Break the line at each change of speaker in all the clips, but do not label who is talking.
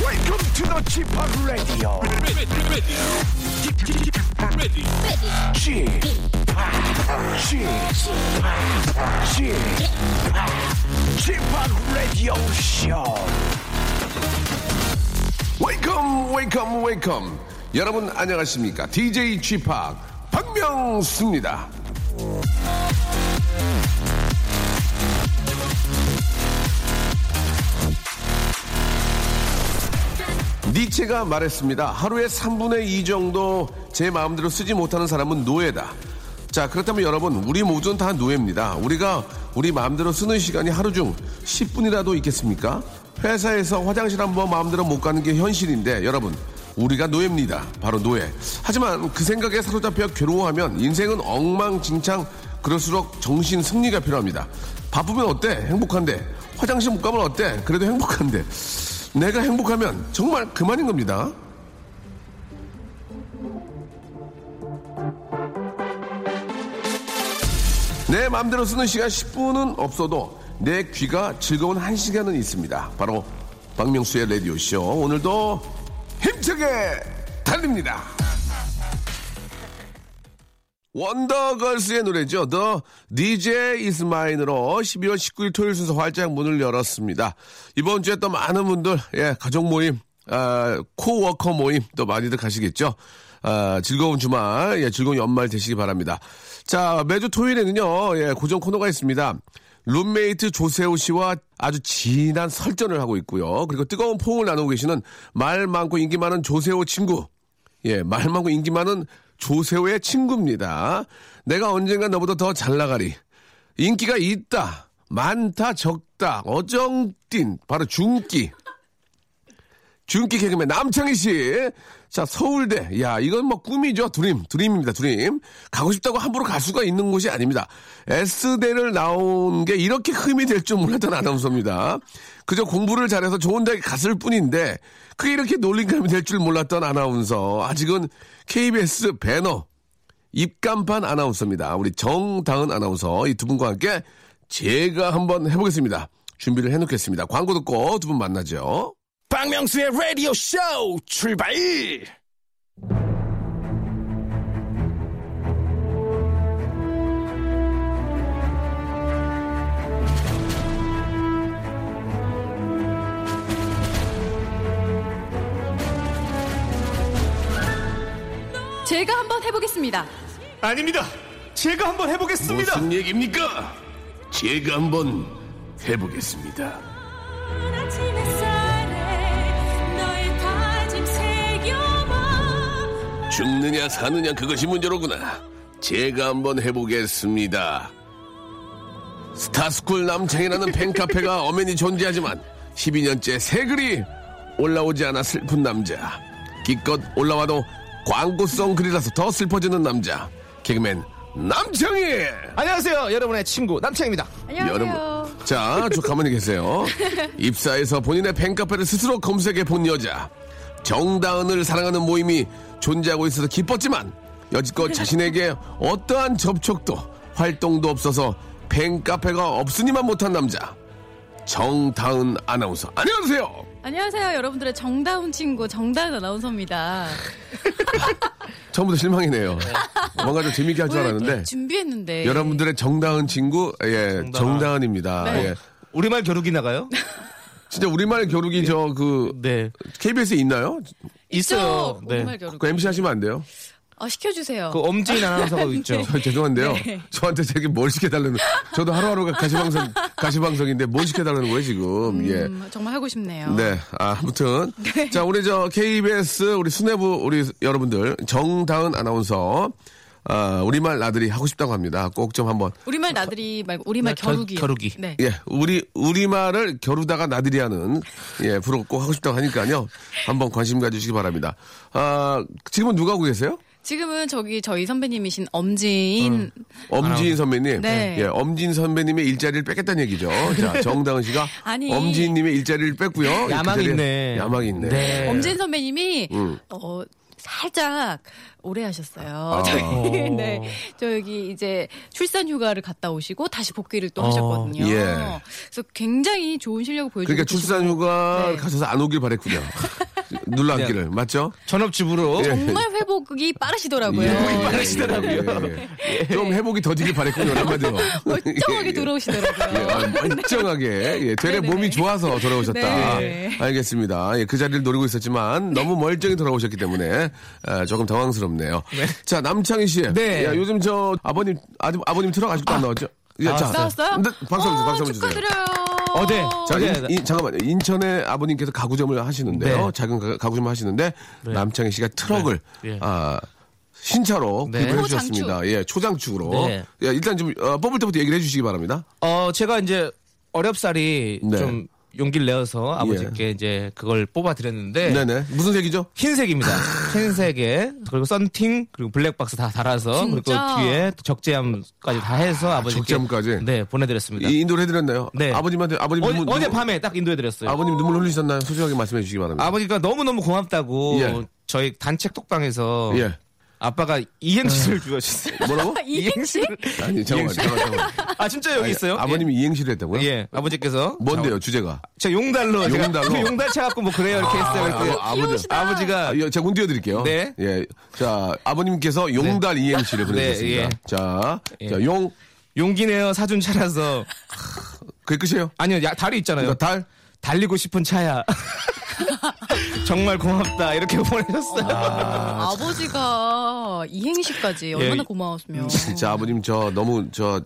Welcome to the Chip Radio. Chip Chip Chip Radio Show.
웨이컴 웨이컴 웨이컴 여러분 안녕하십니까 DJ 쥐팍 박명수입니다 니체가 말했습니다 하루에 3분의 2 정도 제 마음대로 쓰지 못하는 사람은 노예다 자 그렇다면 여러분 우리 모두는 다 노예입니다 우리가 우리 마음대로 쓰는 시간이 하루 중 10분이라도 있겠습니까 회사에서 화장실 한 번 마음대로 못 가는 게 현실인데 여러분 우리가 노예입니다. 바로 노예. 하지만 그 생각에 사로잡혀 괴로워하면 인생은 엉망진창 그럴수록 정신 승리가 필요합니다. 바쁘면 어때? 행복한데. 화장실 못 가면 어때? 그래도 행복한데. 내가 행복하면 정말 그만인 겁니다. 내 마음대로 쓰는 시간 10분은 없어도 내 귀가 즐거운 한시간은 있습니다. 바로 박명수의 라디오쇼. 오늘도 힘차게 달립니다. 원더걸스의 노래죠. The DJ is mine으로 12월 19일 토요일 순서 활짝 문을 열었습니다. 이번 주에 또 많은 분들, 예, 가족 모임, 아, 코워커 모임 또 많이들 가시겠죠. 아, 즐거운 주말, 예, 즐거운 연말 되시기 바랍니다. 자, 매주 토요일에는요, 예, 고정 코너가 있습니다. 룸메이트 조세호 씨와 아주 진한 설전을 하고 있고요. 그리고 뜨거운 포옹을 나누고 계시는 말 많고 인기 많은 조세호 친구. 예, 말 많고 인기 많은 조세호의 친구입니다. 내가 언젠가 너보다 더 잘 나가리. 인기가 있다, 많다, 적다, 어정띵, 바로 중기. 중기 개그맨 남창희 씨. 자, 서울대. 야, 이건 뭐 꿈이죠. 드림. 드림입니다. 드림. 가고 싶다고 함부로 갈 수가 있는 곳이 아닙니다. S대를 나온 게 이렇게 흠이 될 줄 몰랐던 아나운서입니다. 그저 공부를 잘해서 좋은 데 갔을 뿐인데 그게 이렇게 놀림감이 될 줄 몰랐던 아나운서. 아직은 KBS 배너 입간판 아나운서입니다. 우리 정다은 아나운서 이 두 분과 함께 제가 한번 해보겠습니다. 준비를 해놓겠습니다. 광고 듣고 두 분 만나죠.
박명수의 라디오 쇼 출발!
제가 한번 해보겠습니다.
아닙니다. 제가 한번 해보겠습니다.
무슨 얘기입니까? 제가 한번 해보겠습니다. 죽느냐 사느냐 그것이 문제로구나. 제가 한번 해보겠습니다. 스타스쿨 남창이라는 팬카페가 엄연히 존재하지만 12년째 새 글이 올라오지 않아 슬픈 남자. 기껏 올라와도 광고성 글이라서 더 슬퍼지는 남자. 개그맨 남창희!
안녕하세요 여러분의 친구 남창입니다
여러분. 자, 저 가만히 계세요. 입사해서 본인의 팬카페를 스스로 검색해 본 여자. 정다은을 사랑하는 모임이 존재하고 있어서 기뻤지만 여지껏 자신에게 어떠한 접촉도 활동도 없어서 팬카페가 없으니만 못한 남자. 정다은 아나운서. 안녕하세요.
안녕하세요, 여러분들의 정다운 친구 정다은 아나운서입니다.
처음부터 실망이네요. 뭔가 좀 네. 재밌게 할 줄
오늘
알았는데
네, 준비했는데
그 여러분들의 정다은 친구 예, 정다은입니다.
네.
예.
우리말 겨루기 나가요?
진짜 우리말 겨루기 저 그
네
KBS에 있나요?
있어요
있죠?
네.
정말 겨루기.
그 MC 하시면 안 돼요?
아, 시켜주세요.
그 엄지인 아나운서가 있죠
저 죄송한데요.
네.
저한테 저기 뭘 시켜달라는. 저도 하루하루가 가시방송 가시방송인데 뭘 시켜달라는 거예요 지금. 예.
음, 네. 정말 하고 싶네요.
네. 아, 아무튼 자 우리 저 KBS 우리 수뇌부 우리 여러분들 정다은 아나운서 아, 우리말 나들이 하고 싶다고 합니다. 꼭 좀 한번
우리말 나들이 말고 우리말
겨-
겨루기.
겨루기.
네.
예, 우리 우리말을 겨루다가 나들이 하는 예, 프로 꼭 하고 싶다고 하니까요. 한번 관심 가져주시기 바랍니다. 아, 지금은 누가 하고 계세요?
지금은 저기 저희 선배님이신 엄지인
엄지인 선배님.
네.
예, 엄지인 선배님의 일자리를 뺏겠다는 얘기죠. 자, 정다은 씨가
아니.
엄지인님의 일자리를 뺐고요. 그
야망이
자리에
있네.
야망이 있네.
네.
엄지인 선배님이
음.
어 살짝 오래 하셨어요.
아.
저희 네. 저기 이제 출산 휴가를 갔다 오시고 다시 복귀를 또
어,
하셨거든요.
예.
그래서 굉장히 좋은 실력을 보여주고
그러니까 출산 휴가
네.
가셔서 안 오길 바랬군요. 눌러 앉기를 맞죠?
전업주부로
정말 회복이 빠르시더라고요.
예.
네.
빠르시더라고요. 예, 좀 회복이 더디길 바랬군요. 한마디로. 예,
멀쩡하게
예.
돌아오시더라고요.
예, 아, 멀쩡하게 예, 되레
네네네.
몸이 좋아서 돌아오셨다.
네.
알겠습니다. 예, 그 자리를 노리고 있었지만 너무 멀쩡히 돌아오셨기 때문에 아, 조금 당황스럽네요. 자 남창희 씨,
네.
야, 요즘 저 아버님 아버, 아버님 트럭 아직도 안 나왔죠? 예, 자,
나왔어요?
네, 박수 한번 주세요.
어,
박수 한번 주세요.
축하드려요. 네,
어제 네.
자, 인-
어제
인- 잠깐만 인천에 아버님께서 가구점을 하시는데요.
네.
작은 가- 가구점을 하시는데
네.
남창희 씨가 트럭을
네. 예.
아, 신차로
네.
구입해
초장축.
주셨습니다. 예, 초장축으로.
네.
예, 일단 좀 어, 뽑을 때부터 얘기를 해주시기 바랍니다.
어 제가 이제 어렵사리
네.
좀 용기를 내어서 아버지께 이제 그걸 뽑아 드렸는데
네네. 무슨 색이죠?
흰색입니다. 흰색에 그리고 썬팅 그리고 블랙박스 다 달아서
진짜?
그리고 뒤에 적재함까지 다 해서 아버지께
적재함까지?
네 보내드렸습니다.
이 인도를 해드렸나요?
네.
아버님한테 아버님
어제,
눈물,
어제
눈물-
밤에 딱 인도해드렸어요.
아버님 눈물 흘리셨나요? 소중하게 말씀해 주시기 바랍니다.
아버지가 너무너무 고맙다고
예.
저희 단체 톡방에서
예.
아빠가 이행시를 주어주셨어요.
뭐라고?
아,
이행시?
아니 잠깐만 잠깐만. 잠깐만.
아 진짜 여기 있어요?
아버님이 이행시를 했다고요?
예, 예. 아버지께서
뭔데요 주제가?
제가 용달로 제가
용달로?
그 용달 차갖고 뭐 그래요 이렇게 했어요. 그랬더니
아, 아버지.
귀여우시다.
아버지가
아, 예, 제가 운 띄워드릴게요.
네.
예. 자 아버님께서 용달 이행시를 보내주셨습니다.
예.
자,
예.
자, 용.
용기내어 사준 차라서
그게 끝이에요?
아니요 야, 달이 있잖아요.
그러니까 달?
달리고 싶은 차야. 정말 고맙다 이렇게 보내셨어요.
아, 버지가 이행시까지 얼마나
예.
고마웠으면.
진짜 아버님 저 너무 저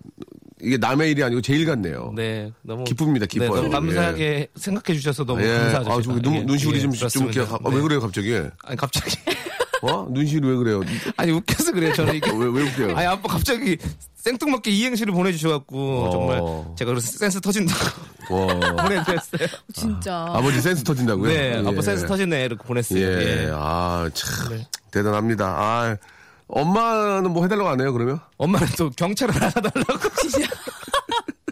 이게 남의 일이 아니고 제일 같네요.
네, 너무
기쁩니다, 기뻐요.
너무 감사하게 생각해 주셔서 너무
예.
감사하죠.
아, 저
제가. 예,
눈, 눈시울이
예,
좀, 좀
그렇습니다.
이렇게. 가- 아,
네.
왜 그래요, 갑자기?
아니 갑자기
어? 눈시울 왜 그래요?
아니 웃겨서 그래요. 저는 이게
어, 왜, 왜 웃겨요?
아니 아빠 갑자기 생뚱맞게 이행시를 보내주셔갖고
어.
정말 제가 그래서 센스 터진다고
와.
보내드렸어요.
진짜.
아버지 센스 터진다고요?
네,
예.
아빠 센스 터지네 이렇게 보냈어요.
예,
예. 네.
아, 참. 대단합니다. 아, 엄마는 뭐 해달라고 안 해요, 그러면?
엄마는 또 경찰을 나가달라고 진짜.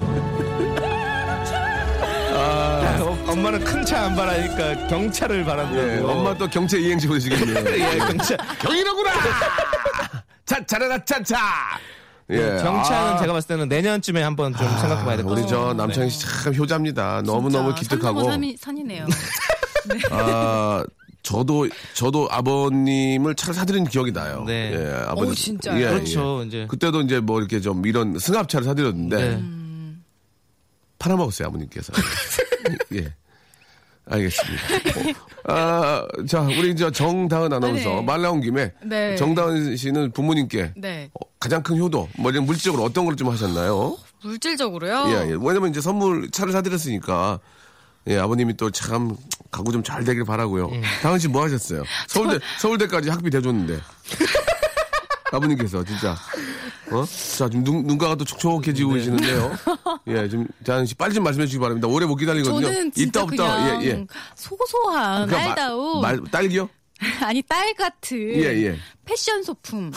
아, 어, 엄마는 큰 차 안 바라니까 경찰을 바란다고.
예, 엄마 또 경찰 이행시 보내시겠네요.
예, 경찰.
경이라구나! 차, 차라라, 차, 차! 예.
네, 경찰은
아,
제가 봤을 때는 내년쯤에 한번 좀 생각해봐야 될 것
우리
같아요.
저 남창희 씨 참 효자입니다. 너무너무
진짜 산 넘어
기특하고.
산이- 산이네요.
아, 저도, 저도 아버님을 차를 사드린 기억이 나요.
네.
예, 아버님.
오, 진짜요?
그렇죠, 이제.
그때도 이제 뭐 이렇게 좀 이런 승합차를 사드렸는데.
네.
팔아먹었어요, 아버님께서. 예. 알겠습니다. 어, 아, 자, 우리 이제 정다은 아나운서
네.
말 나온 김에
네.
정다은 씨는 부모님께
네.
어, 가장 큰 효도, 뭐 이런 물질적으로 어떤 걸 좀 하셨나요?
물질적으로요.
예, 예. 왜냐면 이제 선물 차를 사드렸으니까 예, 아버님이 또 참 가구 좀 잘 되길 바라고요.
음.
다은 씨 뭐 하셨어요? 서울대 서울대까지 학비 대줬는데 아버님께서 진짜 어? 자, 지금 눈, 눈가가 또 촉촉해지고
네.
계시는데요. 예, 지금 다은 씨 빨리 좀 말씀해 주시기 바랍니다. 오래 못 기다리거든요. 예,
저는 진짜 그냥 음, 소소한
그러니까 마-
딸다운
말, 딸기요?
아니 딸 같은
예, 예.
패션 소품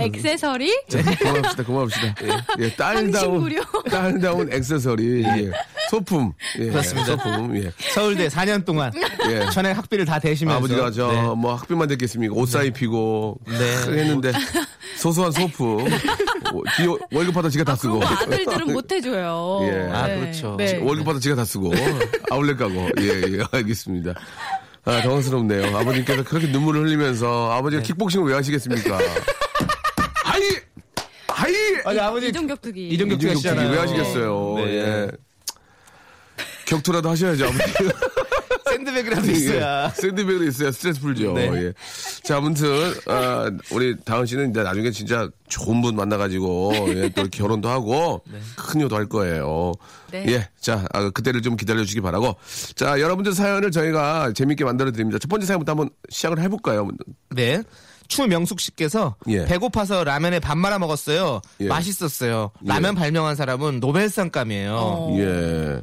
액세서리
자, 고맙습니다. 고맙습니다. 예, 예, 딸다운
네. 향신구려.
딸다운 액세서리, 예. 소품, 예,
그렇습니다.
소품, 예.
서울대 4년 동안
예.
전액 학비를 다 대시면서
아버지가 저
네.
뭐 학비만 됐겠습니까? 옷 사입 피고
네.
했는데 소소한 소품 어, 지 월급 받아 지가 다 쓰고
그거 아들들은 못 해줘요.
예. 아,
그렇죠.
네.
월급 받아 지가 다 쓰고 아울렛 가고 예예 알겠습니다. 아 당황스럽네요. 아버님께서 그렇게 눈물을 흘리면서 아버지가
네.
킥복싱을 왜 하시겠습니까? 아이 아이
아니, 아버지
이종 격투기.
이종 격투기
이중격투기 예.
네. 하시잖아요.
왜 하시겠어요?
네.
예. 격투라도 하셔야죠 아버지.
샌드백이라도
예, 샌드백으로 있어야 스트레스 풀죠.
네.
예. 자, 아무튼, 아, 우리 다은 씨는 이제 나중에 진짜 좋은 분 만나가지고, 예, 또 결혼도 하고,
네.
큰 효도 할 거예요.
네.
예. 자, 아, 그때를 좀 기다려주시기 바라고. 자, 여러분들 사연을 저희가 재밌게 만들어드립니다. 첫 번째 사연부터 한번 시작을 해볼까요?
네. 추명숙 씨께서
예.
배고파서 라면에 밥 말아 먹었어요.
예.
맛있었어요. 라면 발명한 사람은 노벨상감이에요.
어.
예.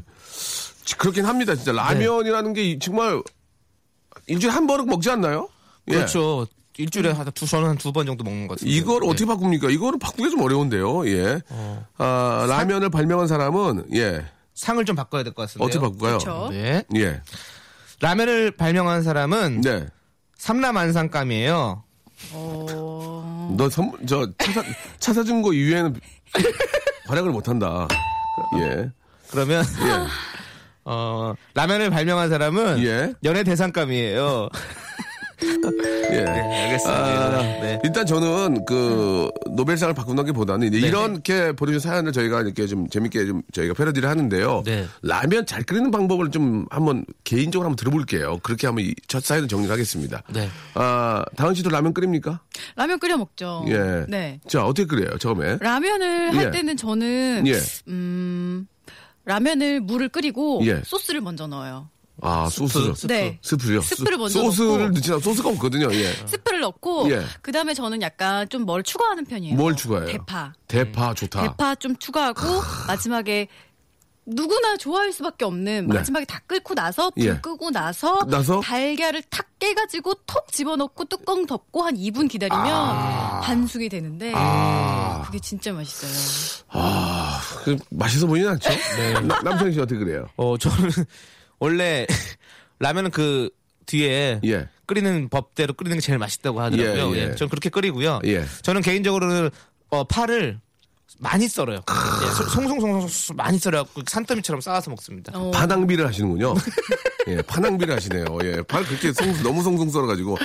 지- 그렇긴 합니다, 진짜. 라면이라는 게 이- 정말 일주일에 한 번은 먹지 않나요? 예.
그렇죠. 일주일에 한 두, 저는 한 두 번 정도 먹는 것 네. 같습니다.
이걸 어떻게 바꿉니까? 이거는 바꾸기 좀 어려운데요. 예. 아, 라면을 발명한 사람은 예.
상을 좀 바꿔야 될 것 같습니다.
어떻게 바꿀까요?
그렇죠.
네.
예.
라면을 발명한 사람은
네.
삼라만상감이에요.
어,
너 선, 저, 차사, 차사준 거 이외에는 활약을 못한다. 예.
그러면 어, 라면을 발명한 사람은
예.
연애 대상감이에요.
예.
네. 알겠습니다.
아,
네.
일단 저는 그 노벨상을 바꾼다기보다는 이제 이렇게 보내준 사연을 저희가 이렇게 좀 재밌게 좀 저희가 패러디를 하는데요.
네.
라면 잘 끓이는 방법을 좀 한번 개인적으로 한번 들어볼게요. 그렇게 한번 이 첫 사연을 정리하겠습니다.
네.
아 다은 씨도 라면 끓입니까?
라면 끓여 먹죠.
예.
네.
자 어떻게 끓여요? 처음에.
라면을 할
예.
때는 저는
예.
음, 라면을 물을 끓이고
예.
소스를 먼저 넣어요.
아 소스.
네.
스프요.
스프를 먼저
소스를
넣고.
넣지 않 소스가 없거든요. 예.
스프를 넣고
예.
그다음에 저는 약간 좀 뭘 추가하는 편이에요.
뭘 추가해요?
대파.
대파 아. 좋다.
네. 대파 좀 추가하고 마지막에 누구나 좋아할 수밖에 없는
네.
마지막에 다 끓고 나서 불
예.
끄고 나서,
나서?
달걀을 탁 깨가지고 톡 집어넣고 뚜껑 덮고 한 2분 기다리면
아.
반숙이 되는데 그게 진짜 맛있어요.
그, 맛있어 보이진 않죠?
네.
나- 남창희 씨 어떻게 그래요?
어, 저는 원래 라면은 그 뒤에
예.
끓이는 법대로 끓이는 게 제일 맛있다고 하더라고요.
예,
예,
예.
저는 그렇게 끓이고요.
예.
저는 개인적으로는 어, 파를 많이 썰어요. 예, 소- 송송송송 많이 썰어 산더미처럼 쌓아서 먹습니다.
어.
파낭비를 하시는군요. 예, 파낭비를 하시네요. 예, 팔 그렇게 송, 너무 송송 썰어가지고.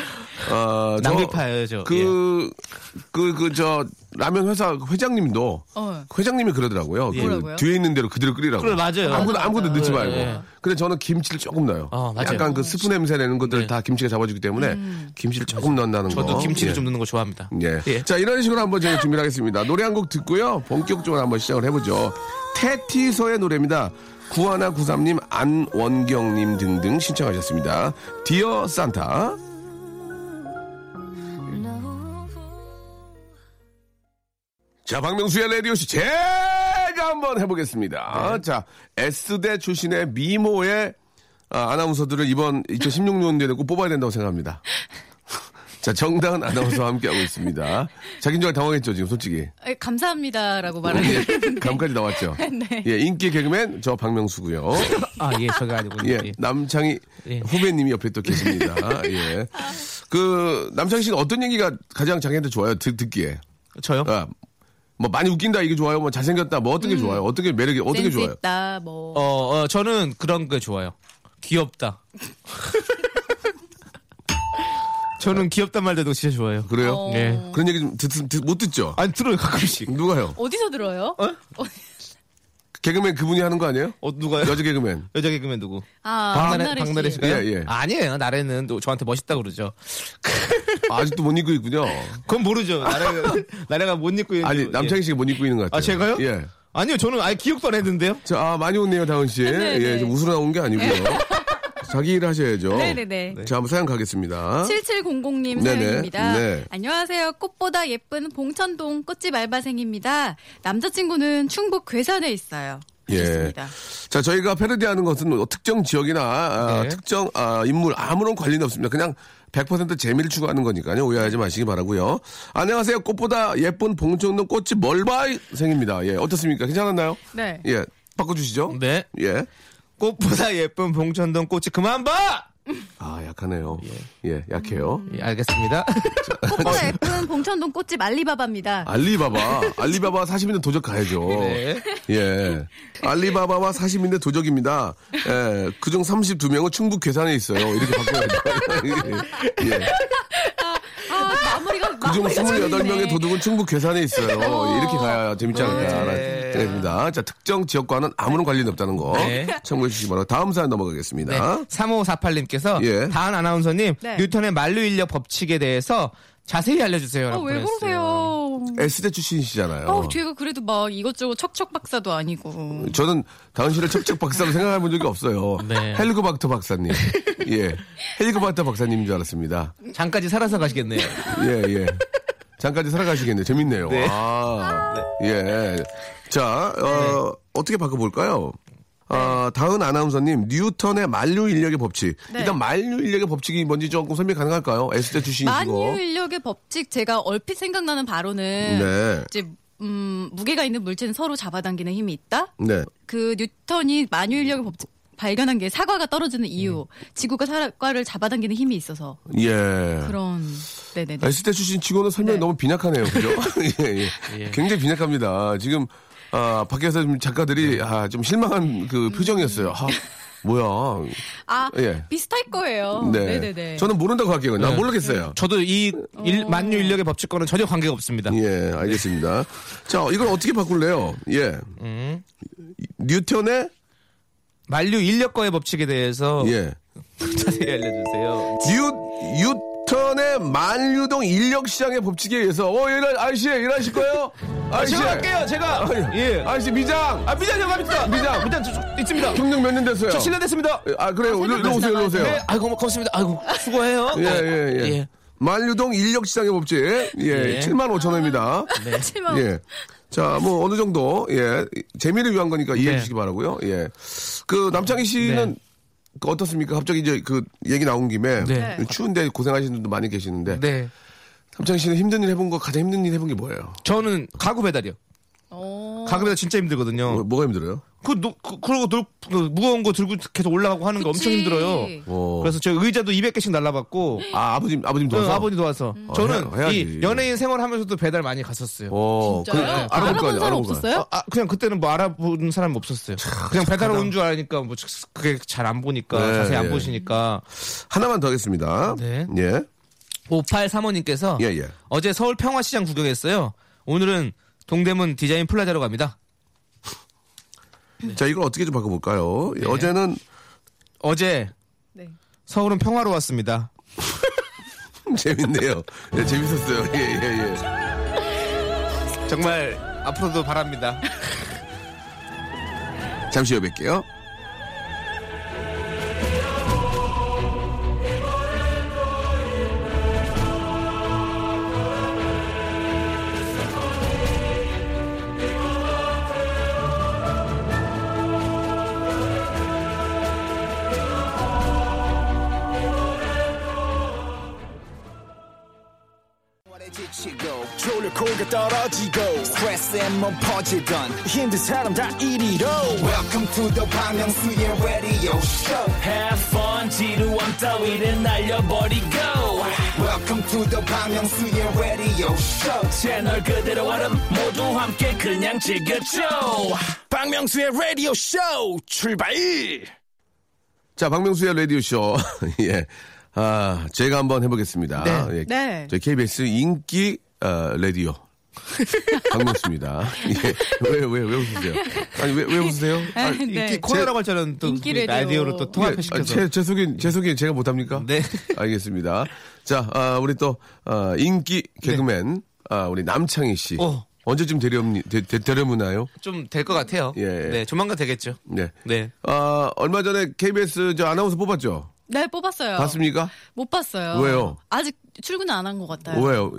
아, 저-
낭비파예요, 저.
그,
예.
그, 그, 저, 라면 회사 회장님도,
어.
회장님이 그러더라고요. 그
뭐라고요?
뒤에 있는 대로 그대로 끓이라고.
그래, 맞아요.
아무것도,
맞아,
아무것도 넣지
맞아.
말고.
예.
근데 저는 김치를 조금 넣어요.
아, 맞아요. 네.
약간 그 스프 냄새 내는 것들 을다 김치가 잡아주기 때문에
음.
김치를 조금 넣는다는 거.
저도 김치를
예.
좀 넣는 거 좋아합니다.
예.
예.
자, 이런 식으로 한번 저희가 준비를 하겠습니다. 노래 한 곡 듣고요. 본격적으로 한번 시작을 해보죠. 테티서의 노래입니다. 구하나 구삼님, 안원경님 등등 신청하셨습니다. 디어 산타. 자, 박명수의 라디오씨 제가 한번 해보겠습니다. 자, S대 출신의 미모의 아, 아나운서들을 이번 2016년도에 꼭 뽑아야 된다고 생각합니다. 자, 정다은 아나운서와 함께하고 있습니다. 자긴 줄 알고 당황했죠, 지금 솔직히.
에, 아, 감사합니다라고 말하는
예, 감까지 나왔죠.
네.
예, 인기 개그맨 저 박명수고요.
아, 예, 저게 아니고.
예,
예.
남창희
예.
후배님이 옆에 또 계십니다. 예. 그 남창희 씨는 어떤 얘기가 가장 자기한테 좋아요? 듣, 듣기에.
저요?
아, 뭐 많이 웃긴다 이게 좋아요. 뭐 잘생겼다. 뭐 어떤 게 좋아요? 어떤 게 매력이 어떤 게
음. 센스
좋아요?
있다 네, 뭐
어, 어, 저는 그런 거 좋아요. 귀엽다. 저는 귀엽단 말도 진짜 좋아요.
그래요?
어.
예.
그런 얘기 좀 듣, 듣- 못 듣죠?
안 들어요, 가끔씩.
누가요?
어디서 들어요?
개그맨 그분이 하는 거 아니에요?
어, 누가요?
여자 개그맨.
여자 개그맨 누구?
아 박나래,
박나래
씨.
씨가요?
예, 예.
아니에요. 나래는 또 저한테 멋있다 고 그러죠.
아직도 못 입고 있군요.
그건 모르죠. 나래가 나래가 못 입고 있는.
아니, 남창희 씨가 못 입고 있는 것 같아요.
예. 아 제가요?
예.
아니요, 저는 아예 기억도 안 했는데요.
자, 아, 많이 웃네요, 다은 씨.
네,
예,
네.
좀 웃으러 나온 게 아니고요. 자기 일 하셔야죠.
네네네.
자, 한번 사연 가겠습니다.
7700님
어? 네네.
사연입니다.
네.
안녕하세요. 꽃보다 예쁜 봉천동 꽃집 알바생입니다. 남자친구는 충북 괴산에 있어요.
예.
좋습니다.
자, 저희가 패러디하는 것은 뭐 특정 지역이나 아,
네.
특정 아, 인물 아무런 관련이 없습니다. 그냥 100% 재미를 추구하는 거니까요. 오해하지 마시기 바라고요. 안녕하세요. 꽃보다 예쁜 봉천동 꽃집 멀바이 생입니다. 예, 어떻습니까? 괜찮았나요?
네.
예, 바꿔주시죠.
네.
예.
꽃보다 예쁜 봉천동 꽃이 그만 봐.
아, 약하네요. 예, 약해요.
예, 알겠습니다.
꽃보다 예쁜 봉천동 꽃집 알리바바입니다.
아, 알리바바. 알리바바 40인데 도적 가야죠.
네.
예. 알리바바와 40인데 도적입니다. 예. 그중 32명은 충북 괴산에 있어요. 이렇게 바꿔야 돼요. 예.
아, 마무리가
그중
아,
28명의
재밌네.
도둑은 충북 괴산에 있어요.
어.
이렇게 가야 재밌지 않을까라는
네.
생각입니다. 자, 특정 지역과는 아무런 관련이 없다는 거
네.
참고해 주시기 바랍니다. 다음 사연 넘어가겠습니다.
네. 3548님께서
예.
다은 아나운서님
네.
뉴턴의 만류 인력 법칙에 대해서 자세히 알려주세요.
아,
라고
왜
보내주셨어요.
그러세요?
S대 출신이시잖아요.
어, 제가 그래도 막 이것저것 척척 박사도 아니고.
저는 다은 씨를 척척 박사로 생각해본 적이 없어요.
네.
헬리코박터 박사님. 예. 헬리코박터 박사님인 줄 알았습니다.
장까지 살아서 가시겠네요.
예, 예. 잠깐지 살아가시겠네요. 재밌네요.
네.
아. 예. 자, 어, 어떻게 바꿔볼까요? 아, 다은 아나운서님, 뉴턴의 만류 인력의 법칙.
네.
일단 만류 인력의 법칙이 뭔지 조금 설명 가능할까요? S대 출신이시고.
만유 인력의 법칙 제가 얼핏 생각나는 바로는
네.
이제 음, 무게가 있는 물체는 서로 잡아당기는 힘이 있다.
네.
그 뉴턴이 만유 인력의 법칙 발견한 게 사과가 떨어지는 이유,
네.
지구가 사과를 잡아당기는 힘이 있어서
예.
그런 네네네.
S대 출신 치고는 설명이 너무 빈약하네요. 그죠? 예, 예. 굉장히 빈약합니다. 지금, 아, 밖에서 좀 작가들이, 아, 좀 실망한
음.
그 표정이었어요. 아, 뭐야.
아
예.
비슷할 거예요.
네.
네. 네네
저는 아, 모른다고 할게요. 나 모르겠어요.
저도 이 일-
어.
만류 인력의 법칙과는 전혀 관계가 없습니다.
예, 알겠습니다. 자, 이걸 어떻게 바꿀래요? 예. 뉴턴의
만류 인력과의 법칙에 대해서
예.
자세히 알려주세요.
뉴 뉴턴의 만유동 인력 시장의 법칙에 의해서 어, 일하, 아저씨 일하실 거예요? 아저씨.
제가 할게요, 제가. 예.
아저씨 미장.
아, 미장 형 갑니다.
미장.
미장 저, 저 있습니다.
경력 몇 년 됐어요?
저 7년 됐습니다.
아, 예, 아, 그래요. 일로 일로 오세요. 일로 오세요.
네, 아이고 고맙습니다. 아이고 수고해요. 네.
예, 예, 예. 만유동 인력 시장의 법칙. 예.
예.
7만 5천 원입니다.
어.
예. 자, 뭐 어느 정도 예 재미를 위한 거니까 이해해
네.
주시기 바라고요. 예. 그 남창희 씨는
네.
그 어떻습니까? 갑자기 이제 그 얘기 나온 김에
네.
추운데 고생하시는 분도 많이 계시는데
네.
남창희 씨는 힘든 일 해본 거 가장 힘든 일 해본 게 뭐예요?
저는 가구 배달이요.
어,
가구 배달 진짜 힘들거든요.
뭐, 가 힘들어요?
그, 노, 그 그러고 놀, 그 무거운 거 들고 계속 올라가고 하는 거 엄청
그치.
힘들어요.
어.
그래서 저 의자도 200개씩 날라봤고
아 아버님 아버님
어,
도와서
아버지 도와서
음.
저는
해야- 해야지.
이 연예인 생활하면서도 배달 많이 갔었어요.
어,
진짜요?
알아볼 거 아니야,
알아본 사람
알아볼 거 아니야.
없었어요?
아, 그냥 그때는 뭐 알아본 사람 없었어요. 그냥 배달 온 줄 아니까 뭐 그게 잘 안 보니까
네,
자세히 안
예.
보시니까
하나만 더 하겠습니다.
네.
예.
5835님께서
예, 예.
어제 서울 평화시장 구경했어요. 오늘은 동대문 디자인 플라자로 갑니다.
자 이걸 어떻게 좀 바꿔볼까요? 예, 어제는
어제
네.
서울은 평화로 왔습니다.
음, 재밌네요. 예, 재밌었어요. 예, 예, 예.
정말 앞으로도 바랍니다.
예. 잠시 후에 뵐게요.
지치고, 졸려 코가 떨어지고, 스트레스에 몸 퍼지던, 힘든 사람 다 이리로. welcome to the Bang Myung-soo's radio show
Have fun 지루함 따위를 날려버리고
welcome to the Bang Myung-soo's radio show
채널 그대로 와름 모두 함께 그냥 즐겨줘
박명수의 라디오 쇼 출발!
자, 박명수의 라디오쇼. 예. 아, 제가 한번 해보겠습니다. 예.
네.
저희 KBS 인기, 어, 라디오. 박명수입니다. 예. 왜, 왜, 왜 웃으세요? 아니, 왜, 왜 웃으세요?
아,
아니,
인기
네.
코너라고 할 줄은 또
인기
우리
라디오.
라디오로 또
아,
통합시켜서
제, 제 속인, 제 속인 제가 못합니까?
네.
알겠습니다. 자, 아, 우리 또, 아, 인기 개그맨, 아, 우리 남창희 씨.
네. 어.
언제쯤 데려옵니, 데, 데, 데려오나요?
좀 될 것 같아요.
예.
네, 조만간 되겠죠.
네.
네.
아, 얼마 전에 KBS 저 아나운서 뽑았죠?
네 뽑았어요.
봤습니까?
못 봤어요.
왜요?
아직 출근 안 한 것 같아요.
왜요?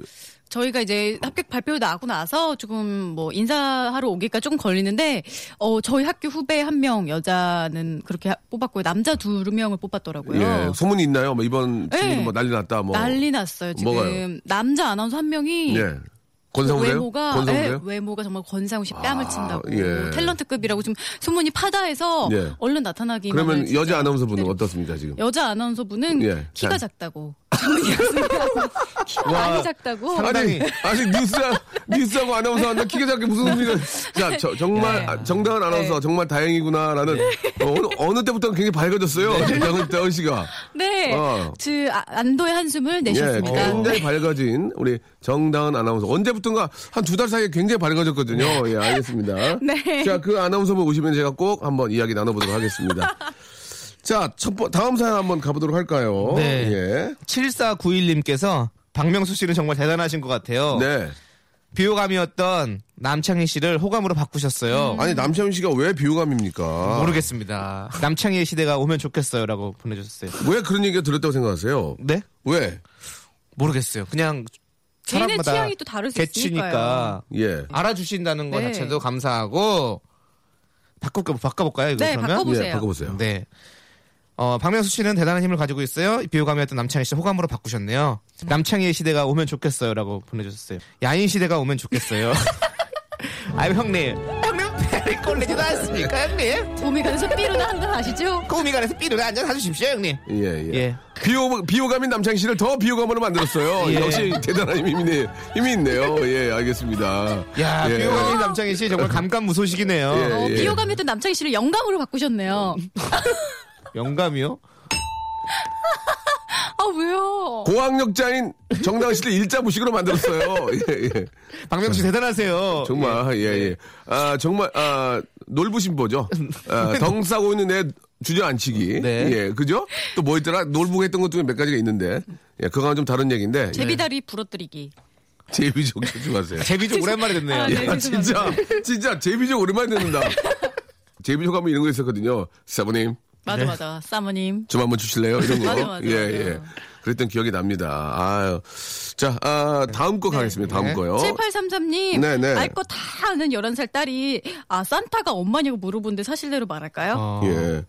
저희가 이제 합격 발표 나고 나서 조금 뭐 인사하러 오기가 조금 걸리는데 어 저희 학교 후배 한 명 여자는 그렇게 하- 뽑았고요 남자 두 명을 뽑았더라고요.
예, 소문이 있나요? 뭐 이번 친구는
네.
뭐 난리 났다. 뭐
난리 났어요 지금
뭐가요?
남자 아나운서 한 명이 그
예. 권상우래요?
외모가
권상우래요? 아,
예, 외모가 정말 권상우 씨 뺨을 친다고
예.
탤런트급이라고 좀 소문이 파다해서
예.
얼른 나타나기만
그러면
진짜
여자 아나운서 분은
기다리고
어떻습니까 지금?
여자 아나운서분은
예,
키가
잘.
작다고 키가
와.
많이 작다고.
아니 아직 뉴스 뉴스하고 아나운서 한다 키가 작게 무슨 의미가 자 저- 정말 아, 정당한 아나운서
네.
정말 다행이구나라는 어, 어느 어느 때부터 굉장히 밝아졌어요 정은 대원 씨가
네,
어.
그 아- 안도의 한숨을
예
내셨습니다.
굉장히 밝아진 우리 정당한 아나운서 언제부턴가 한 두 달 사이에 굉장히 밝아졌거든요 예 알겠습니다
네.
자 그 아나운서분 오시면 제가 꼭 한번 이야기 나눠보도록 하겠습니다 자첫 번 다음 사연 한번 가보도록 할까요
네.
예.
7491님께서 박명수 씨는 정말 대단하신 것 같아요.
네.
비호감이었던 남창희 씨를 호감으로 바꾸셨어요.
음.
아니 남창희 씨가 왜 비호감입니까?
모르겠습니다. 남창희 시대가 오면 좋겠어요라고 보내주셨어요.
왜 그런 얘기가 들었다고 생각하세요?
네?
왜?
모르겠어요. 그냥
개인의
사람마다
취향이 또 다를 수
개취니까
예.
알아주신다는 것
네.
자체도 감사하고 바꿀까 바꿔볼까요? 이거
네,
그러면
바꿔보세요.
예, 바꿔보세요.
네. 어, 박명수 씨는 대단한 힘을 가지고 있어요. 비호감이었던 남창희 씨 호감으로 바꾸셨네요.
음.
남창희의 시대가 오면 좋겠어요라고 보내주셨어요. 야인 시대가 오면 좋겠어요. 아유 형님, 형님 배를 꼴리지도 않습니까 형님?
예.
봄이 가면서 삐로나 한잔 아시죠?
꼬미관에서 삐루가 한잔 사주십시오 형님.
예, 예.
예.
비호, 비호감인 남창희 씨를 더 비호감으로 만들었어요.
예.
역시 대단한 힘이, 있네, 힘이 있네요. 예, 알겠습니다.
야
예.
비호감인 남창희 씨 정말 감감무소식이네요.
예.
어, 비호감이었던 남창희 씨를 영감으로 바꾸셨네요.
영감이요?
아 왜요?
고학력자인 정당 씨를 일자 무식으로 만들었어요. 예, 예.
박명수 씨 대단하세요.
정말, 예, 예. 아, 정말, 아, 놀부심보죠. 아, 덩 싸고 있는 애 주저앉히기.
네.
예, 그죠? 또 뭐 있더라? 놀부가 했던 것 중에 몇 가지가 있는데. 예, 그거는 좀 다른 얘기인데. 예,
제비다리 부러뜨리기.
제비족 좀 하세요.
제비족 오랜만에 듣네요.
아, 네.
야,
죄송합니다.
진짜, 진짜 제비족 오랜만에 듣는다. 제비족 하면 이런 거 있었거든요. 사부님,
맞아 맞아. 사모님.
좀 한번 주실래요? 이런 거.
맞아, 맞아,
예,
맞아.
예. 그랬던 기억이 납니다. 아유. 자, 아, 다음 거 가겠습니다. 다음
네.
거요. 어?
7833님,
네, 네.
알 거 다 아는 11살 딸이, 아, 산타가 엄마냐고 물어보는데 사실대로 말할까요?
어.
예.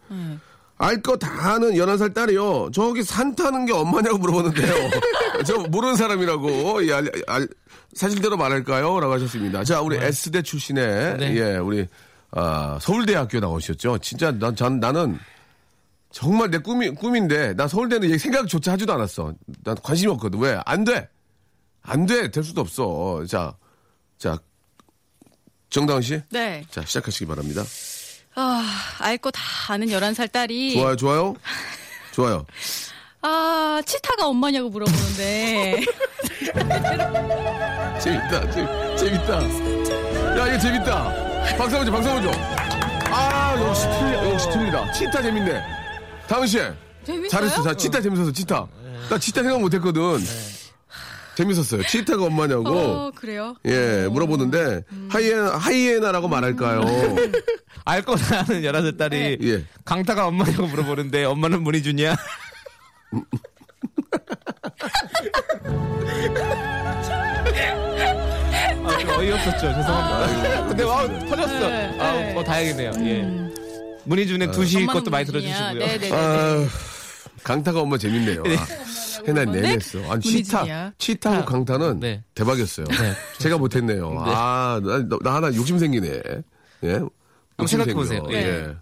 알 거 다 아는 11살 딸이요. 저기 산 타는 게 엄마냐고 물어보는데요. 저 모르는 사람이라고. 예, 알, 알- 사실대로 말할까요? 라고 하셨습니다. 자, 우리 S대 출신의,
네.
예, 우리, 아, 서울대학교 나오셨죠. 진짜 난, 전, 나는 정말 내 꿈이, 꿈인데, 나 서울대는 얘 생각조차 하지도 않았어. 난 관심이 없거든. 왜? 안 돼! 안 돼! 될 수도 없어. 자, 자, 정다은 씨?
네.
자, 시작하시기 바랍니다.
아, 알 거 다 아는 11살 딸이,
좋아요, 좋아요. 좋아요.
아, 치타가 엄마냐고 물어보는데,
재밌다, 재, 재밌다. 야, 이거 재밌다. 박수 한번 줘, 박수 한번 줘. 아, 역시 틀려, 역시 틀리다. 치타 재밌네. 다은 씨.
재밌어요?
잘했어, 자, 치타 재밌었어, 치타. 나 치타 생각 못 했거든. 재밌었어요. 치타가 엄마냐고.
어, 음. 그래요?
예, 물어보는데, 하이에나, 하이에나라고 말할까요?
알 거다 아는 11살 딸이
예.
강타가 엄마냐고 물어보는데 엄마는 문희준이야. 아, 좀 어이없었죠.
아, 예.
죄송합니다. 근데 와 터졌어.
네,
아,
네.
어, 다행이네요. 예.
음.
문희준의 두시
엄마는
것도 많이
문이야.
들어주시고요.
네, 네, 네.
아, 강타가 엄마 재밌네요. 아, 해나 내냈어. 아니, 치타,
네. 문희준이야.
치타하고 강타는
네.
대박이었어요. 제가 못했네요. 아, 나, 나- 나 하나 욕심 생기네. 예. 욕심
생각해보세요.
생겨.
예.
예.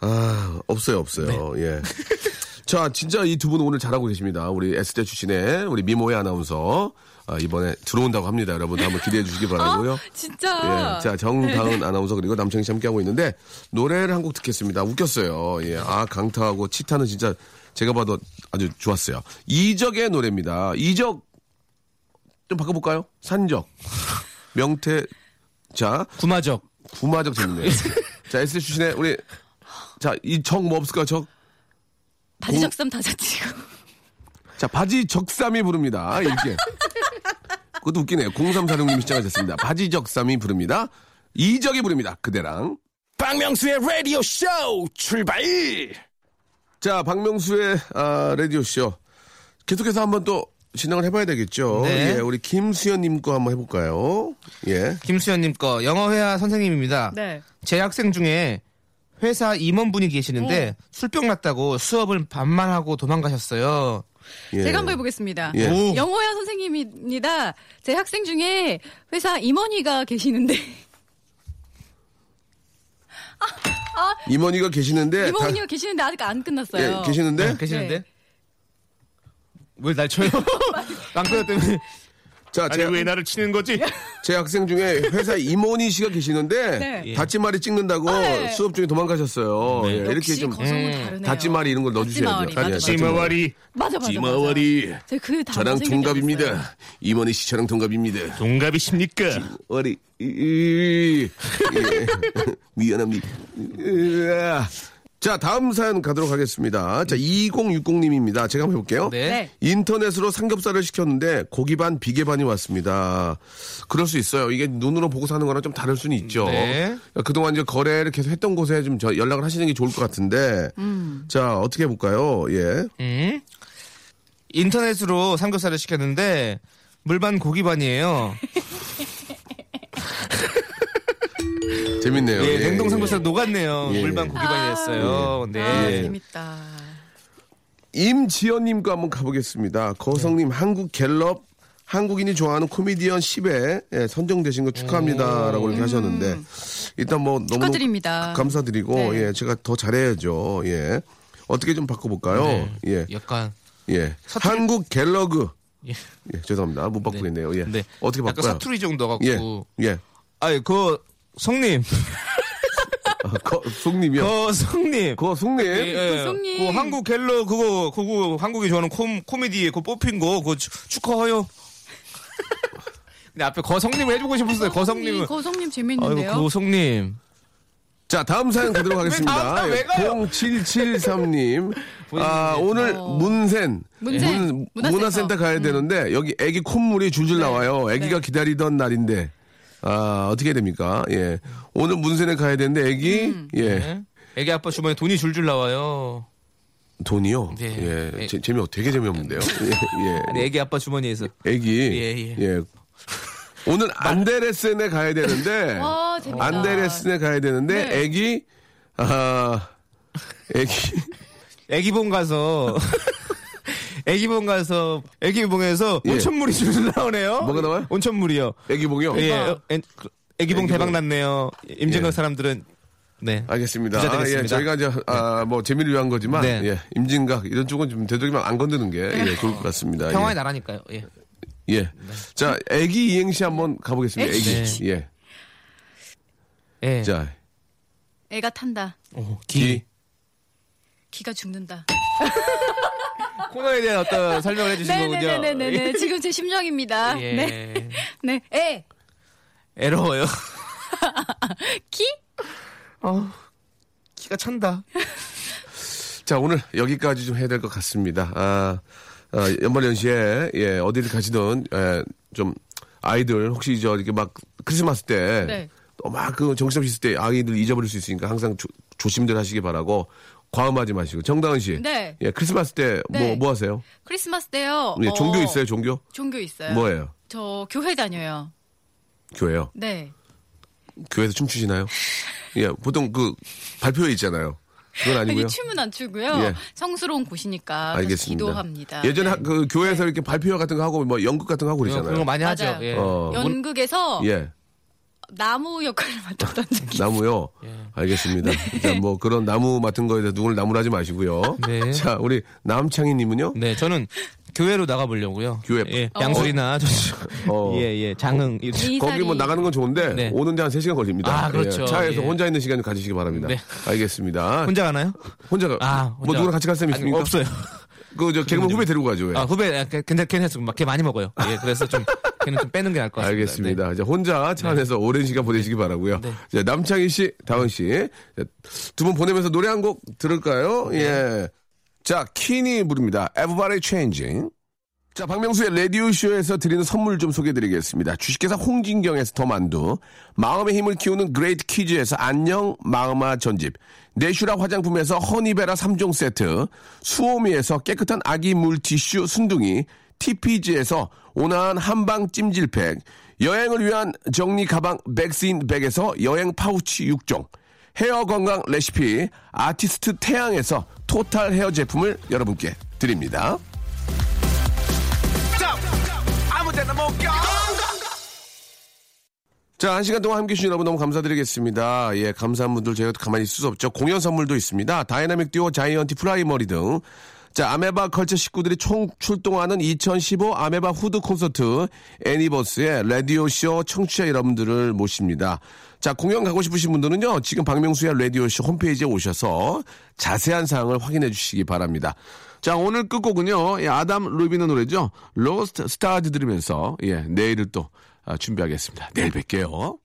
아, 없어요, 없어요.
네.
예. 자, 진짜 이 두 분 오늘 잘하고 계십니다. 우리 S대 출신의 우리 미모의 아나운서. 아, 이번에 들어온다고 합니다. 여러분 한번 기대해 주시기
아,
바라고요.
어? 진짜.
예, 자 정다은 아나운서 그리고 남창희 씨 함께 하고 있는데 노래를 한 곡 듣겠습니다. 웃겼어요. 예, 아 강타하고 치타는 진짜 제가 봐도 아주 좋았어요. 이적의 노래입니다. 이적 좀 바꿔볼까요? 산적, 명태, 자
구마적.
구마적 재밌네요. 자 S 출신의 우리 자이 적 뭐 없을까 요 적?
바지 적삼 다 자치고.
자 바지 적삼이 부릅니다. 이렇게 그것도 웃기네요. 0346님이 시작하셨습니다. 바지 적삼이 부릅니다. 이적이 부릅니다. 그대랑.
박명수의 라디오 쇼 출발
자, 박명수의 아, 라디오쇼. 계속해서 한번 또 진행을 해봐야 되겠죠.
네.
예, 우리 김수현님 거 한번 해볼까요? 예.
김수현님 거 영어회화 선생님입니다.
네.
제 학생 중에 회사 임원분이 계시는데 술병 났다고 수업을 반만 하고 도망가셨어요.
예.
제가 한번 해보겠습니다.
예.
오.
영호야 선생님입니다. 제 학생 중에 회사 임원이가 계시는데
예, 임원이가 계시는데. 다-
임원이가 계시는데 아직 안 끝났어요.
예, 계시는데.
계시는데
네.
왜 날 쳐요? 빵꾸나 때문에.
자,
아니
제,
왜 나를 치는 거지?
제 학생 중에 회사 임원희 씨가 계시는데
네.
다치마리 찍는다고
네.
수업 중에 도망가셨어요. 예, 이렇게
역시
좀
거성은
음.
다르네요.
다치마리 이런 걸 예, 넣어주셔야
다치마리,
돼요.
맞아, 맞아.
찌머리.
맞아 맞아.
찌머리.
맞아. 제가 그 단어
저랑
생각이 안
동갑입니다. 임원희 씨 저랑 동갑입니다.
동갑이십니까?
어리 이- 이- 예. 미안합니다. 으아. 자 다음 사연 가도록 하겠습니다. 자 2060님입니다. 제가 한번 해볼게요.
네.
인터넷으로 삼겹살을 시켰는데 고기 반 비계 반이 왔습니다. 그럴 수 있어요. 이게 눈으로 보고 사는 거랑 좀 다를 수는 있죠. 그러니까
네.
그동안 이제 거래를 계속 했던 곳에 좀 저- 연락을 하시는 게 좋을 것 같은데.
음.
자 어떻게 해볼까요? 예.
음. 인터넷으로 삼겹살을 시켰는데 물반 고기반이에요.
재밌네요.
예,
예,
냉동
예.
삼겹살 녹았네요.
예.
물반
됐어요. 아,
고기반이었어요. 네.
재밌다.
예. 임지연님과 한번 가보겠습니다. 거성님
네.
한국 갤럽 한국인이 좋아하는 코미디언 10에 예, 선정되신 거 축하합니다라고
음.
이렇게 하셨는데 일단 뭐 너무
축하드립니다.
감사드리고
네.
예 제가 더 잘해야죠. 예 어떻게 좀 바꿔볼까요?
네.
예
약간
예.
사투리-
한국 갤러그
예.
예 죄송합니다 못 바꾸겠네요. 예
네.
어떻게
약간
바꿔요?
사투리 정도
예
갖고.
예.
아니 그 성님,
아, 거, 송님이요.
그 성님.
거 송님.
예, 예.
그 성님.
그 한국 갤러 그거 그거 한국이 좋아하는 콤, 코미디 그 뽑힌 거 그거 축- 축하해요. 근데 앞에 거성님을 해주고 싶었어요. 네, 거성님은.
거성님
아이고 그
재밌는데요.
거성님.
자, 다음 사연 가도록 하겠습니다.
다음 사연 왜 가요?
0773님. 아, 오늘 문센.
문센, 문화센터.
문화센터 가야 되는데, 여기 애기 콧물이 줄줄 나와요. 애기가 기다리던 날인데, 아, 어떻게 해야 됩니까? 예. 오늘 문센에 가야 되는데, 애기, 예.
예? 애기 아빠 주머니 돈이 줄줄 나와요.
돈이요?
네.
예.
애-
재- 재미없, 되게 재미없는데요. 예.
아니
예.
애기 아빠 주머니에서.
애기.
예, 예.
오늘 안데레센에 가야 되는데,
와, 재밌다.
안데레센에 가야 되는데,
네.
애기, 아, 애기.
애기봉 가서 애기봉 가서 애기봉에서
예.
온천물이 줄줄 나오네요.
뭐가 나와요?
온천물이요.
애기봉이요?
예. 어, 엔- 그- 애기봉, 예.
애기봉.
대박 났네요. 임진강 사람들은 네.
알겠습니다.
부자
아,
되겠습니다.
예, 저희가 이제 아, 뭐 재미를 위한 거지만
네.
예, 임진각 이런 쪽은 좀 되도록이면 안 건드는 게 예, 좋을 것 같습니다.
평화의 나라니까요. 예.
예. 예. 자, 애기 이행시 한번 가보겠습니다. 애기.
애기.
예.
예.
자,
애가 탄다.
오,
기.
기가 죽는다.
코너에 대한 어떤 설명을 해주신 거군요.
네, 네네네네네. 지금 제 심정입니다.
예.
네. 네. 애.
애로워요.
키?
키가 찬다.
자, 오늘 여기까지 좀 해야 될 것 같습니다. 아, 아, 연말연시에 예, 어디를 가시든 예, 좀 아이들 혹시 저 이렇게 막 크리스마스 때
네.
막그 정신없이 있을 때 아이들 잊어버릴 수 있으니까 항상 조, 조심들 하시기 바라고 과음하지 마시고 정다은 씨.
네.
예, 크리스마스 때 뭐 뭐
네.
하세요?
크리스마스 때요.
예,
어, 네.
종교 있어요, 종교?
종교 있어요.
뭐예요?
저 교회 다녀요.
교회요.
네.
교회에서 춤추시나요? 예, 보통 그 발표회 있잖아요. 그건 아니고요.
아니, 춤은 안 추고요.
예.
성스러운 곳이니까 그래서
알겠습니다.
기도합니다.
예전에
네.
하- 그 교회에서 이렇게 발표회 같은 거 하고 뭐 연극 같은 거 하고
그런 거
그러잖아요.
많이 하죠.
맞아요.
예.
어,
연극에서
예, 뭐
나무 역할을 맡았던 적이
나무요.
예.
알겠습니다.
네.
자, 뭐 그런 나무 맡은 거에 대해서 누굴 나무라 하지 마시고요.
네.
자, 우리 남창희 님은요?
네, 저는 교회로 나가보려고요.
교회.
예, 양수리나 저쪽.
어.
예, 예, 장흥. 이-
어. 이사리.
거기 뭐 나가는 건 좋은데
네.
오는데 한 3시간 걸립니다.
아, 그렇죠.
예, 차에서
예.
혼자 있는 시간을 가지시기 바랍니다.
네.
알겠습니다.
혼자 가나요?
혼자가
아,
뭐
혼자.
누구랑 같이 갈 사람
아니,
있습니까? 네.
없어요.
그저 개그맨 후배 데리고 가죠. 왜?
아, 후배, 아, 걔- 괜찮, 괜찮습니다. 막걔 많이 먹어요. 예, 그래서 좀, 걔는 좀 빼는 게 나을 것 같습니다. 네.
알겠습니다. 이제 혼자 차 안에서 오랜 시간 보내시기 바라고요. 자, 남창희 씨, 다은 씨, 두 분 보내면서 노래 한 곡 들을까요? 예. 자, 키니 부릅니다. Everybody Changing. 자, 박명수의 라디오쇼에서 드리는 선물 좀 소개해드리겠습니다. 주식회사 홍진경에서 더 만두, 마음의 힘을 키우는 그레이트 키즈에서 안녕 마음아 전집, 내슈라 화장품에서 허니베라 3종 세트, 수오미에서 깨끗한 아기 물티슈 순둥이, TPG에서 온화한 한방 찜질팩, 여행을 위한 정리 가방 백스인 백에서 여행 파우치 6종, 헤어 건강 레시피 아티스트 태양에서 토탈 헤어 제품을 여러분께 드립니다. 자, 한 시간 동안 함께 해주신 여러분 너무 감사드리겠습니다. 예, 감사한 분들 저희가 또 가만히 있을 수 없죠. 공연 선물도 있습니다. 다이나믹 듀오 자이언티 프라이머리 등 자, 아메바 컬처 식구들이 총 출동하는 2015 아메바 후드 콘서트 애니버스의 라디오쇼 청취자 여러분들을 모십니다. 자, 공연 가고 싶으신 분들은요, 지금 박명수의 라디오쇼 홈페이지에 오셔서 자세한 사항을 확인해 주시기 바랍니다. 자, 오늘 끝곡은요, 예, 아담 루비는 노래죠. 로스트 스타즈 들으면서, 예, 내일을 또 아, 준비하겠습니다. 내일 뵐게요.